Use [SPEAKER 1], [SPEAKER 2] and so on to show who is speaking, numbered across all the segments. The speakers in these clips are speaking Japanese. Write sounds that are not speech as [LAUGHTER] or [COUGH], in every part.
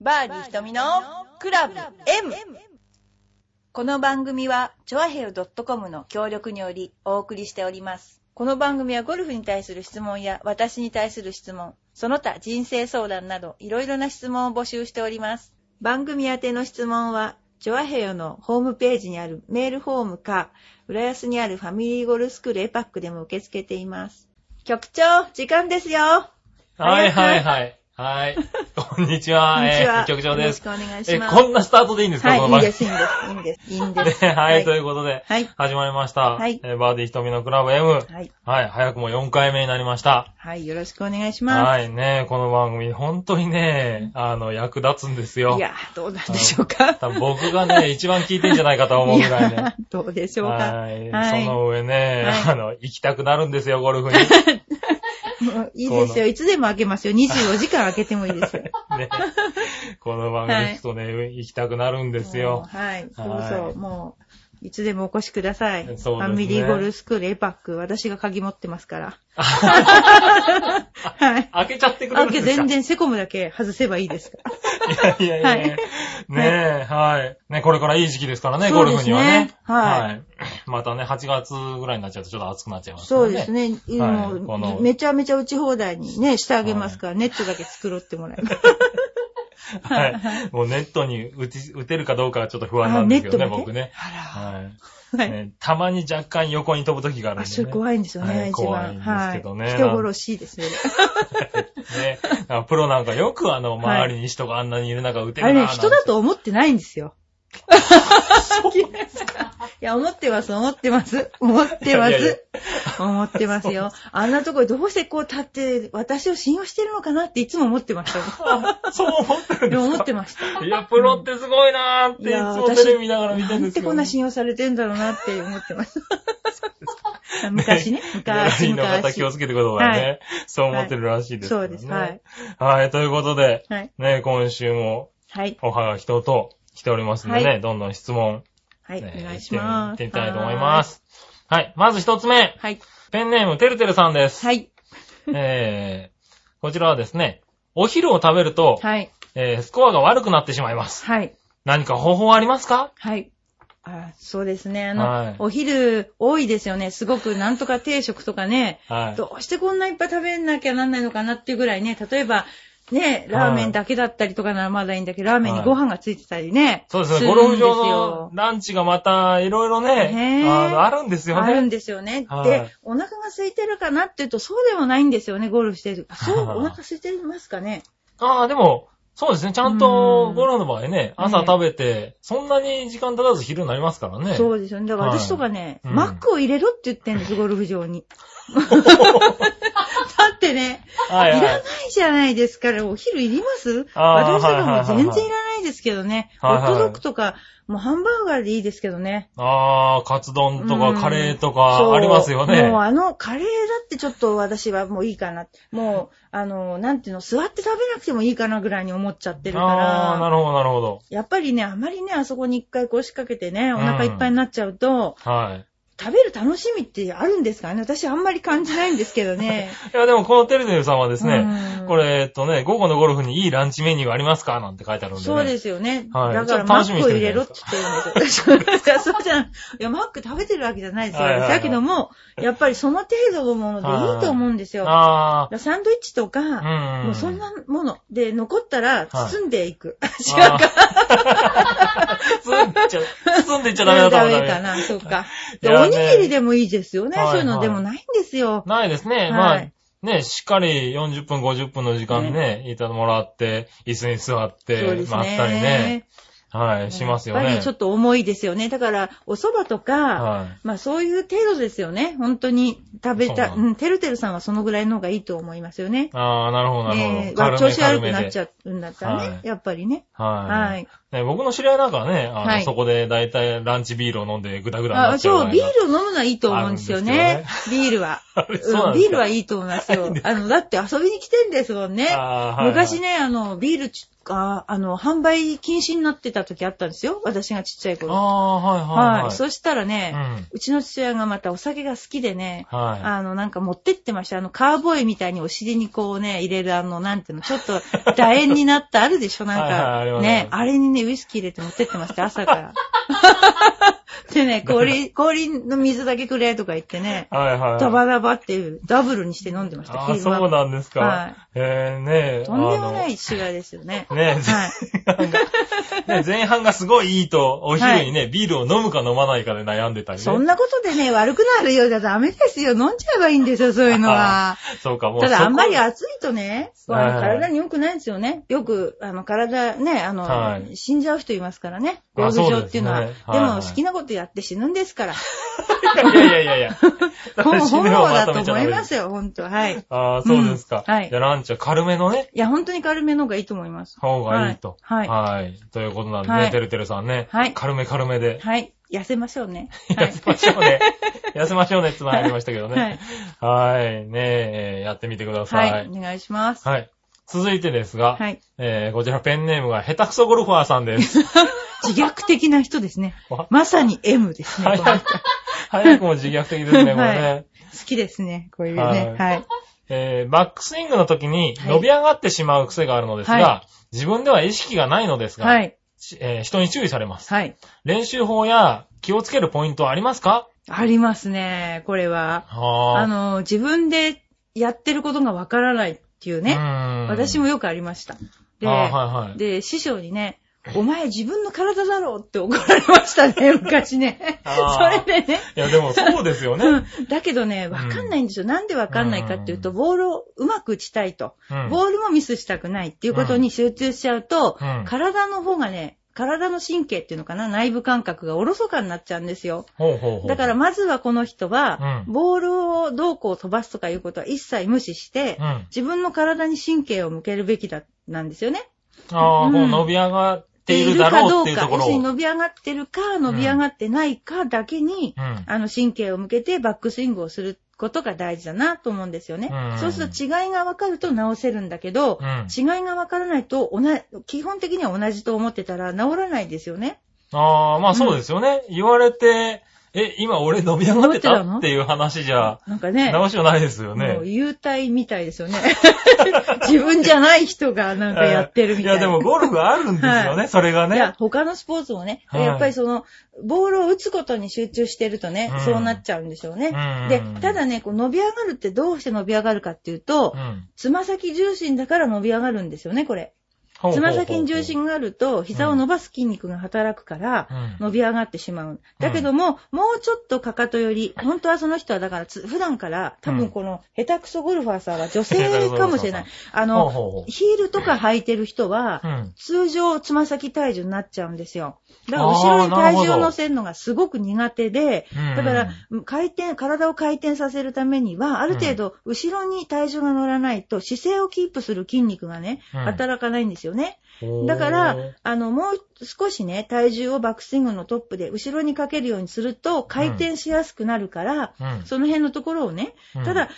[SPEAKER 1] バーディー瞳のクラブ M! この番組は、チョアヘル .com の協力によりお送りしております。この番組はゴルフに対する質問や私に対する質問、その他人生相談などいろいろな質問を募集しております。番組宛ての質問は、チョアヘヨのホームページにあるメールフォームか、浦安にあるファミリーゴルフスクールエパックでも受け付けています。局長、時間ですよ
[SPEAKER 2] はいはいはい。はい。こんにちは。
[SPEAKER 1] [LAUGHS] こんにちは
[SPEAKER 2] えー局長です。
[SPEAKER 1] よろしくお願いし
[SPEAKER 2] え、
[SPEAKER 1] ます。
[SPEAKER 2] こんなスタートでいいんですか、この
[SPEAKER 1] はい、いいで
[SPEAKER 2] 番
[SPEAKER 1] す、い
[SPEAKER 2] 組
[SPEAKER 1] いんです、いいんです、いいんです。
[SPEAKER 2] ね [LAUGHS] はい、と
[SPEAKER 1] はい
[SPEAKER 2] いうことで、
[SPEAKER 1] はい。
[SPEAKER 2] 始まりました。
[SPEAKER 1] はい
[SPEAKER 2] えーバーディー瞳のクラブ M。はい、
[SPEAKER 1] はい。
[SPEAKER 2] 早くも4回目になりました。
[SPEAKER 1] はい、よろしくお願いしま
[SPEAKER 2] はい、ねこの番組、本当にね、あの、役立つんです
[SPEAKER 1] す。
[SPEAKER 2] よ。
[SPEAKER 1] いや、どうなんでしょうか。
[SPEAKER 2] 多分僕が
[SPEAKER 1] [LAUGHS]
[SPEAKER 2] ね、一番聞いてんじゃないかと思うぐらいね。
[SPEAKER 1] どうでしょうか。
[SPEAKER 2] はい、
[SPEAKER 1] はい
[SPEAKER 2] その上ね、
[SPEAKER 1] はい
[SPEAKER 2] あの、行きたくなるんですよ、
[SPEAKER 1] [LAUGHS]
[SPEAKER 2] ゴルフに。
[SPEAKER 1] もういいですよ。いつでも開けますよ。24時間開けてもいいですよ。
[SPEAKER 2] ね、この番組聞くとね、行きたくなるん [LAUGHS] です
[SPEAKER 1] もう
[SPEAKER 2] よ。
[SPEAKER 1] はい。そう
[SPEAKER 2] はい
[SPEAKER 1] そう。もう、いつでもお越しください。
[SPEAKER 2] そうです
[SPEAKER 1] フ
[SPEAKER 2] ね
[SPEAKER 1] ァミリーゴルフスクールエパック。私が鍵持ってます
[SPEAKER 2] [LAUGHS]
[SPEAKER 1] から。はい。
[SPEAKER 2] 開けちゃってくれ
[SPEAKER 1] 開
[SPEAKER 2] るん
[SPEAKER 1] け
[SPEAKER 2] ですか
[SPEAKER 1] 全然セコムだけ外せばいいですから。
[SPEAKER 2] いやいやいやいや。ねえ、はい。ね、これからいい時期ですからね、ゴルフには
[SPEAKER 1] そうです
[SPEAKER 2] ね
[SPEAKER 1] ね。はい
[SPEAKER 2] い。またね、8月ぐらいになっちゃうとちょっと暑くなっちゃいますから
[SPEAKER 1] そうです。ね。
[SPEAKER 2] はい
[SPEAKER 1] もう
[SPEAKER 2] この
[SPEAKER 1] めちゃめちゃ打ち放題にね、してあげますから、ネットだけ作ろうってもらいます。
[SPEAKER 2] [LAUGHS] はい。もうネットに打ち、打てるかどうかはちょっと不安
[SPEAKER 1] あ
[SPEAKER 2] なん
[SPEAKER 1] ネ
[SPEAKER 2] ですけ
[SPEAKER 1] ット
[SPEAKER 2] ど
[SPEAKER 1] だ
[SPEAKER 2] ね、
[SPEAKER 1] け
[SPEAKER 2] 僕ね。
[SPEAKER 1] あ
[SPEAKER 2] はい。
[SPEAKER 1] ら。はい。
[SPEAKER 2] ねたまに若干横に飛ぶ時があるん
[SPEAKER 1] あ、
[SPEAKER 2] で、ね。
[SPEAKER 1] それ怖いんですよ
[SPEAKER 2] は
[SPEAKER 1] ね、
[SPEAKER 2] い
[SPEAKER 1] 一
[SPEAKER 2] 怖
[SPEAKER 1] 番。
[SPEAKER 2] いんです
[SPEAKER 1] は
[SPEAKER 2] け
[SPEAKER 1] い。
[SPEAKER 2] どね。
[SPEAKER 1] 人殺しいですね。
[SPEAKER 2] ね。だからプロなんかよくあの、
[SPEAKER 1] はい
[SPEAKER 2] 周りに人があんなにいる中打て
[SPEAKER 1] あ
[SPEAKER 2] る
[SPEAKER 1] れ
[SPEAKER 2] なぁ
[SPEAKER 1] ね、人だと思ってないんですよ。 [LAUGHS] いや、思ってます、思ってます。思ってま
[SPEAKER 2] いやいや
[SPEAKER 1] す。思ってますよ。あんなところどうしてこう立って、私を信用してるのかなっていつも思ってました。
[SPEAKER 2] なんて [LAUGHS] そう思ってるん
[SPEAKER 1] で
[SPEAKER 2] で
[SPEAKER 1] も
[SPEAKER 2] す
[SPEAKER 1] 思
[SPEAKER 2] か
[SPEAKER 1] ってました。
[SPEAKER 2] いや、プロってすごいなーって、いつもテレビ見ながら見て
[SPEAKER 1] な
[SPEAKER 2] るん
[SPEAKER 1] ん
[SPEAKER 2] です
[SPEAKER 1] て
[SPEAKER 2] け
[SPEAKER 1] こ
[SPEAKER 2] ど
[SPEAKER 1] ん
[SPEAKER 2] ね、
[SPEAKER 1] な
[SPEAKER 2] [LAUGHS]
[SPEAKER 1] 信用されてんだろうなって思ってます。昔ね、[LAUGHS]
[SPEAKER 2] ギ
[SPEAKER 1] 昔、
[SPEAKER 2] ャラリーの方
[SPEAKER 1] 昔
[SPEAKER 2] 気。をつけてくださいね。
[SPEAKER 1] は
[SPEAKER 2] そう思ってるらしいです、
[SPEAKER 1] そうです。はい。。
[SPEAKER 2] はい、ということで、
[SPEAKER 1] はい。
[SPEAKER 2] ね、今週も
[SPEAKER 1] はい。
[SPEAKER 2] おはがき等々来ておりますんでね、
[SPEAKER 1] は
[SPEAKER 2] どんどん質問、
[SPEAKER 1] はい。
[SPEAKER 2] ね
[SPEAKER 1] お願いします。
[SPEAKER 2] 行ってみ行ってみたいと思いま。す。はい、まず一つ目、
[SPEAKER 1] はい。
[SPEAKER 2] ペンネームてるてるさんです。
[SPEAKER 1] はい。
[SPEAKER 2] えー、こちらはですね、お昼を食べると、
[SPEAKER 1] はい。
[SPEAKER 2] えー、スコアが悪くなってしまいます。
[SPEAKER 1] はい。
[SPEAKER 2] 何か方法はありますか
[SPEAKER 1] はい。あそうですね。あの、
[SPEAKER 2] はい
[SPEAKER 1] お昼多いですよね。すごくなんとか定食とかね。
[SPEAKER 2] はい。
[SPEAKER 1] どうしてこんないっぱい食べなきゃなんないのかなっていうぐらいね。例えば、ね、ラーメンだけだったりとかならまだいいんだけど、ラーメンにご飯がついてたりね。
[SPEAKER 2] そうですね、
[SPEAKER 1] る
[SPEAKER 2] ゴ
[SPEAKER 1] ん
[SPEAKER 2] ル
[SPEAKER 1] です
[SPEAKER 2] フ
[SPEAKER 1] よ
[SPEAKER 2] 場のランチがまた、いろいろ
[SPEAKER 1] ね
[SPEAKER 2] ね、
[SPEAKER 1] え
[SPEAKER 2] あのあるんですよ
[SPEAKER 1] あるん
[SPEAKER 2] ね。
[SPEAKER 1] ですよね。
[SPEAKER 2] はい
[SPEAKER 1] で、お腹が空いてるかなって言うと、そうでもないんですよね、ゴルフしてる。
[SPEAKER 2] [LAUGHS]
[SPEAKER 1] あそう、
[SPEAKER 2] はい
[SPEAKER 1] お腹空いてますかね。
[SPEAKER 2] ああ、でも、そうですね、ちゃん
[SPEAKER 1] う
[SPEAKER 2] と
[SPEAKER 1] ん
[SPEAKER 2] ゴルフの場合ね、朝食べて、そんなに時間経たず昼になりますからね。
[SPEAKER 1] そうですよね。だから私とかね、
[SPEAKER 2] はいうん
[SPEAKER 1] マックを入れろって言ってんです、ゴルフ場
[SPEAKER 2] [LAUGHS]
[SPEAKER 1] に。だってね、
[SPEAKER 2] はい
[SPEAKER 1] いら
[SPEAKER 2] は
[SPEAKER 1] ない
[SPEAKER 2] い。
[SPEAKER 1] じゃないですから、お昼いります
[SPEAKER 2] あー
[SPEAKER 1] 私とかも
[SPEAKER 2] はいはいはい
[SPEAKER 1] 全
[SPEAKER 2] はい
[SPEAKER 1] 然いらないですけどね。ホ
[SPEAKER 2] はいはい
[SPEAKER 1] ットドッグとか、もうハンバーガーでいいですけどね。
[SPEAKER 2] ああ、カツ丼と
[SPEAKER 1] う
[SPEAKER 2] か
[SPEAKER 1] ん
[SPEAKER 2] カレーと
[SPEAKER 1] そう
[SPEAKER 2] かありますよね
[SPEAKER 1] もう。あの、カレーだってちょっと私はもういいかな。もう、あの、なんていうの、座って食べなくてもいいかなぐらいに思っちゃってるか
[SPEAKER 2] ああ、な
[SPEAKER 1] ら。
[SPEAKER 2] るほど、なるほど。
[SPEAKER 1] やっぱりね、あまりね、あそこに一回腰掛けてね、お腹
[SPEAKER 2] うん
[SPEAKER 1] いっぱいになっちゃうと、
[SPEAKER 2] はい。
[SPEAKER 1] 食べる楽しみってあるんですかね私あんまり感じないんですけど
[SPEAKER 2] [LAUGHS]
[SPEAKER 1] ね。
[SPEAKER 2] いや、でもこのてるてるさんはですね
[SPEAKER 1] うん、
[SPEAKER 2] これ、えっとね、午後のゴルフにいいランチメニューありますかなんて書いてあるんでね。。
[SPEAKER 1] そうですすよね。
[SPEAKER 2] はい
[SPEAKER 1] だから
[SPEAKER 2] ちょっと
[SPEAKER 1] マ
[SPEAKER 2] 楽し
[SPEAKER 1] ッ
[SPEAKER 2] みに
[SPEAKER 1] ク入
[SPEAKER 2] してる
[SPEAKER 1] れ
[SPEAKER 2] じゃな
[SPEAKER 1] ろっ
[SPEAKER 2] い
[SPEAKER 1] て
[SPEAKER 2] で
[SPEAKER 1] 言ってるんですよ。 [LAUGHS] そうじゃん。いや、マック食べてるわけじゃないですよ。
[SPEAKER 2] はいはいはい
[SPEAKER 1] だけども、やっぱりその程度のものでいいと思うんですよ。だか
[SPEAKER 2] あ
[SPEAKER 1] らサンドイッチと
[SPEAKER 2] あ、
[SPEAKER 1] か、
[SPEAKER 2] うん。
[SPEAKER 1] もうそんなもので残ったら包んでいく。 [LAUGHS] 違う
[SPEAKER 2] あ
[SPEAKER 1] か。
[SPEAKER 2] ー。 [LAUGHS] 包んでっちゃ、包んでっちゃダメだと
[SPEAKER 1] ダ
[SPEAKER 2] 思う
[SPEAKER 1] メかな、そうか。
[SPEAKER 2] い
[SPEAKER 1] でお
[SPEAKER 2] や
[SPEAKER 1] に
[SPEAKER 2] ね
[SPEAKER 1] ぎりでもいいですよね。
[SPEAKER 2] はいはい
[SPEAKER 1] そういうのでもないんですよ。
[SPEAKER 2] ないですね。
[SPEAKER 1] い
[SPEAKER 2] まあ、ね、しっかり40分、50分の時間ね、いたもらって、椅子に座っ
[SPEAKER 1] そう
[SPEAKER 2] て
[SPEAKER 1] で、す
[SPEAKER 2] まったりね
[SPEAKER 1] ね。。
[SPEAKER 2] はい、しますよ
[SPEAKER 1] やっぱ
[SPEAKER 2] ね
[SPEAKER 1] りち。ょっと重いですよね。だから、お蕎麦とか、
[SPEAKER 2] は
[SPEAKER 1] まあそういう程度ですよね。本当に食べた、、
[SPEAKER 2] そううなん
[SPEAKER 1] てるてるさんはそのぐらいの方がいいと思いますよね
[SPEAKER 2] い。。ああ、なるほど、な
[SPEAKER 1] ね
[SPEAKER 2] る
[SPEAKER 1] え、
[SPEAKER 2] ほど。
[SPEAKER 1] 調子悪くなっち
[SPEAKER 2] ゃう。
[SPEAKER 1] ゃうんだったらね、
[SPEAKER 2] はい
[SPEAKER 1] やっぱりね。は
[SPEAKER 2] はいい。。ね僕の知り合いなんかはね、
[SPEAKER 1] は
[SPEAKER 2] あ
[SPEAKER 1] い
[SPEAKER 2] の、そこで大体ランチビールを飲んでグダグダにな
[SPEAKER 1] あ
[SPEAKER 2] っちゃうぐ
[SPEAKER 1] そう、
[SPEAKER 2] らい
[SPEAKER 1] ビ
[SPEAKER 2] な。
[SPEAKER 1] ール飲むのはいいと思うんですよね。ビールは。
[SPEAKER 2] そうなんですか
[SPEAKER 1] うんビールはいいと思います
[SPEAKER 2] はい
[SPEAKER 1] よ。あの、だって遊びに来てんですもんね。
[SPEAKER 2] あーはいはい
[SPEAKER 1] 昔ね、あの、ビールちあ、あの、販売禁止になってた時あったんですよ。私がちっちゃい
[SPEAKER 2] あ
[SPEAKER 1] 頃。
[SPEAKER 2] あ、はいはい。
[SPEAKER 1] はい。
[SPEAKER 2] う
[SPEAKER 1] そしたら
[SPEAKER 2] で
[SPEAKER 1] ね、うちの父親がまたお酒が好きでね、
[SPEAKER 2] うん。は
[SPEAKER 1] あの、なんか持ってってました。あの、カーボーイみたいにお尻にこうね、入れるあの、なんていうの、ちょっと楕円になった、あるでしょなん
[SPEAKER 2] はいはいありま
[SPEAKER 1] か、
[SPEAKER 2] す
[SPEAKER 1] ね、あれにね、ウイスキー入れて持ってってました、朝
[SPEAKER 2] [LAUGHS]
[SPEAKER 1] から。でね、氷、氷の水だけくれとか言ってね
[SPEAKER 2] い。、はいはい。
[SPEAKER 1] ダバダバっていう、ダブルにして飲んでました、
[SPEAKER 2] ああ、
[SPEAKER 1] 昼間
[SPEAKER 2] そうなんですか。
[SPEAKER 1] はい
[SPEAKER 2] えー、ねえ。
[SPEAKER 1] とんでもない違いですよね
[SPEAKER 2] あ。の。ねえ、
[SPEAKER 1] はい。 [LAUGHS]
[SPEAKER 2] ね前半がすごいいいと、お昼にね、ビールを飲むか飲まないかで悩んでたりね。
[SPEAKER 1] そんなことでね、悪くなるようじゃダメですよ。飲んじゃえばいいんですよ、そういうの
[SPEAKER 2] [LAUGHS]
[SPEAKER 1] は。
[SPEAKER 2] そうか、もう
[SPEAKER 1] ただ、
[SPEAKER 2] そこ
[SPEAKER 1] あんまり暑いとね、あの
[SPEAKER 2] はい
[SPEAKER 1] 体に良くないんですよね。よく、あの、体、ね、あの、
[SPEAKER 2] はい
[SPEAKER 1] 死んじゃう人いますからね。ゴ
[SPEAKER 2] あ
[SPEAKER 1] ルフ
[SPEAKER 2] そうで
[SPEAKER 1] 場
[SPEAKER 2] すね
[SPEAKER 1] っていうのは。で
[SPEAKER 2] はいはい
[SPEAKER 1] も、好きなことやって死ぬんです
[SPEAKER 2] [LAUGHS]
[SPEAKER 1] から。
[SPEAKER 2] いやいやいやいや。
[SPEAKER 1] [LAUGHS] ほ
[SPEAKER 2] [LAUGHS]
[SPEAKER 1] ぼ本望だと思いま
[SPEAKER 2] よ。
[SPEAKER 1] すよ、本当はい。い
[SPEAKER 2] ああ、そうですか。
[SPEAKER 1] うんはい
[SPEAKER 2] じゃあ、ランチは軽めのね、
[SPEAKER 1] や、本当に軽めの方がいいと思います。
[SPEAKER 2] 方がいいと。
[SPEAKER 1] はいは
[SPEAKER 2] はい。ということなんで
[SPEAKER 1] は
[SPEAKER 2] ね、
[SPEAKER 1] い
[SPEAKER 2] てるてるさんね。
[SPEAKER 1] はい
[SPEAKER 2] 軽め軽めで。
[SPEAKER 1] はい。痩せましょうね。はい
[SPEAKER 2] [LAUGHS] 痩。せましょうね。痩せましょうねってのはありましたけど
[SPEAKER 1] は
[SPEAKER 2] ね
[SPEAKER 1] い。
[SPEAKER 2] はい。ねえ、やってみてくださ
[SPEAKER 1] はい。
[SPEAKER 2] い
[SPEAKER 1] お。願いします。
[SPEAKER 2] はい。続いてですが、
[SPEAKER 1] はい
[SPEAKER 2] えーこちらペンネームが下手くそゴルファーさん
[SPEAKER 1] [LAUGHS]
[SPEAKER 2] です。
[SPEAKER 1] 自虐的な人ですね
[SPEAKER 2] わ。
[SPEAKER 1] まさに M ですね。
[SPEAKER 2] 早
[SPEAKER 1] この人
[SPEAKER 2] く、早くも自虐的ですね、これね。
[SPEAKER 1] はい好きですね、こういう
[SPEAKER 2] はい
[SPEAKER 1] ね。はい。
[SPEAKER 2] えーバックスイングの時に
[SPEAKER 1] はい
[SPEAKER 2] 伸び上がってしまう癖があるのですが、
[SPEAKER 1] は
[SPEAKER 2] 自分では意識がないのですが、
[SPEAKER 1] はい。
[SPEAKER 2] しえー人に注意されます。
[SPEAKER 1] はい。
[SPEAKER 2] 練習法や気をつけるポイントはありますか
[SPEAKER 1] ありますね、これは。あ
[SPEAKER 2] あー
[SPEAKER 1] の、自分でやってることがわからないっていう
[SPEAKER 2] う
[SPEAKER 1] ね。
[SPEAKER 2] ーん
[SPEAKER 1] 私もよくありました。で、
[SPEAKER 2] あーはいはい
[SPEAKER 1] で、師匠にね、お前自分の体だろうって怒られましたね、 [LAUGHS] 昔ね。
[SPEAKER 2] あー
[SPEAKER 1] それでね。
[SPEAKER 2] いや、でもそうですよね。
[SPEAKER 1] うんだけどね、わかんないんですよ。なんでわかんないかっていうと、
[SPEAKER 2] うん
[SPEAKER 1] ボールをうまく打ちたいと。
[SPEAKER 2] うん
[SPEAKER 1] ボールもミスしたくないっていうことに集中しちゃうと、
[SPEAKER 2] うん
[SPEAKER 1] 体の方がね、体の神経っていうのかな、内部感覚がおろそかになっちゃうんですよ。
[SPEAKER 2] ほうほうほう。
[SPEAKER 1] だからまずはこの人は、
[SPEAKER 2] うん
[SPEAKER 1] ボールをどうこう飛ばすとかいうことは一切無視して、
[SPEAKER 2] うん
[SPEAKER 1] 自分の体に神経を向けるべきだ、なんですよね。
[SPEAKER 2] ああ、
[SPEAKER 1] うん
[SPEAKER 2] こう伸び上がっているだ
[SPEAKER 1] か
[SPEAKER 2] ろ
[SPEAKER 1] ど
[SPEAKER 2] うっ
[SPEAKER 1] う
[SPEAKER 2] ていう
[SPEAKER 1] か
[SPEAKER 2] と、こ
[SPEAKER 1] 要
[SPEAKER 2] ろ
[SPEAKER 1] す
[SPEAKER 2] を。
[SPEAKER 1] る
[SPEAKER 2] う
[SPEAKER 1] に
[SPEAKER 2] ん。
[SPEAKER 1] 伸び上がってるか、伸び上がってないかだけに、あの神経を向けてバックスイングをすることが大事だなと思うんですよね。
[SPEAKER 2] うん
[SPEAKER 1] そうすると違いが分かると直せるんだけど、
[SPEAKER 2] うん
[SPEAKER 1] 違いが分からないと同じ、基本的には同じと思ってたら治らないですよね。
[SPEAKER 2] ああ、まあそうですよね。言われて、え、今俺伸び上がって
[SPEAKER 1] 伸びてた
[SPEAKER 2] た
[SPEAKER 1] の
[SPEAKER 2] っていう話じゃ、
[SPEAKER 1] なんかね。
[SPEAKER 2] 直しはないですよね
[SPEAKER 1] もう。幽体みたいですよね。 [LAUGHS] 自分じゃない人がなんかやってるみたいな。
[SPEAKER 2] いや、でもゴルフあるんですよね、
[SPEAKER 1] は
[SPEAKER 2] それが
[SPEAKER 1] いや
[SPEAKER 2] ね。
[SPEAKER 1] 他のスポーツもね、
[SPEAKER 2] はい
[SPEAKER 1] やっぱりその、ボールを打つことに集中してるとね、
[SPEAKER 2] うん
[SPEAKER 1] そうなっちゃうんでしょうね。
[SPEAKER 2] うん
[SPEAKER 1] で、ただね、こう伸び上がるってどうして伸び上がるかっていうと、
[SPEAKER 2] うん
[SPEAKER 1] つま先重心だから伸び上がるんですよね、これ。
[SPEAKER 2] ほうほうほう
[SPEAKER 1] つま先に重心があると、膝を伸ばす筋肉が働くから、
[SPEAKER 2] うん。
[SPEAKER 1] 伸び上がってしまう。だけども、もうちょっとかかとより、本当はその人はだからつ、普段から、多分この、下手くそゴルファーさんは女性かもしれない
[SPEAKER 2] [LAUGHS]
[SPEAKER 1] あ
[SPEAKER 2] ほう
[SPEAKER 1] の、
[SPEAKER 2] ほうほう
[SPEAKER 1] ヒールとか履いてる人は
[SPEAKER 2] う、ん。
[SPEAKER 1] 通常、つま先体重になっちゃうんですよ。だから、
[SPEAKER 2] あー
[SPEAKER 1] 後ろに体
[SPEAKER 2] なる
[SPEAKER 1] 重
[SPEAKER 2] ほ
[SPEAKER 1] を
[SPEAKER 2] ど
[SPEAKER 1] 乗せるのがすごく苦手で、
[SPEAKER 2] うん
[SPEAKER 1] だから、回転、体を回転させるためには、ある程度、後ろに体重が乗らないと、姿勢をキープする筋肉がね、
[SPEAKER 2] うん
[SPEAKER 1] 働かないんですよね。
[SPEAKER 2] ほう
[SPEAKER 1] だから、あの、もう少しね、体重をバックスイングのトップで後ろにかけるようにすると、回転しやすくなるから、
[SPEAKER 2] うん
[SPEAKER 1] その辺のところをね、
[SPEAKER 2] うん
[SPEAKER 1] ただ、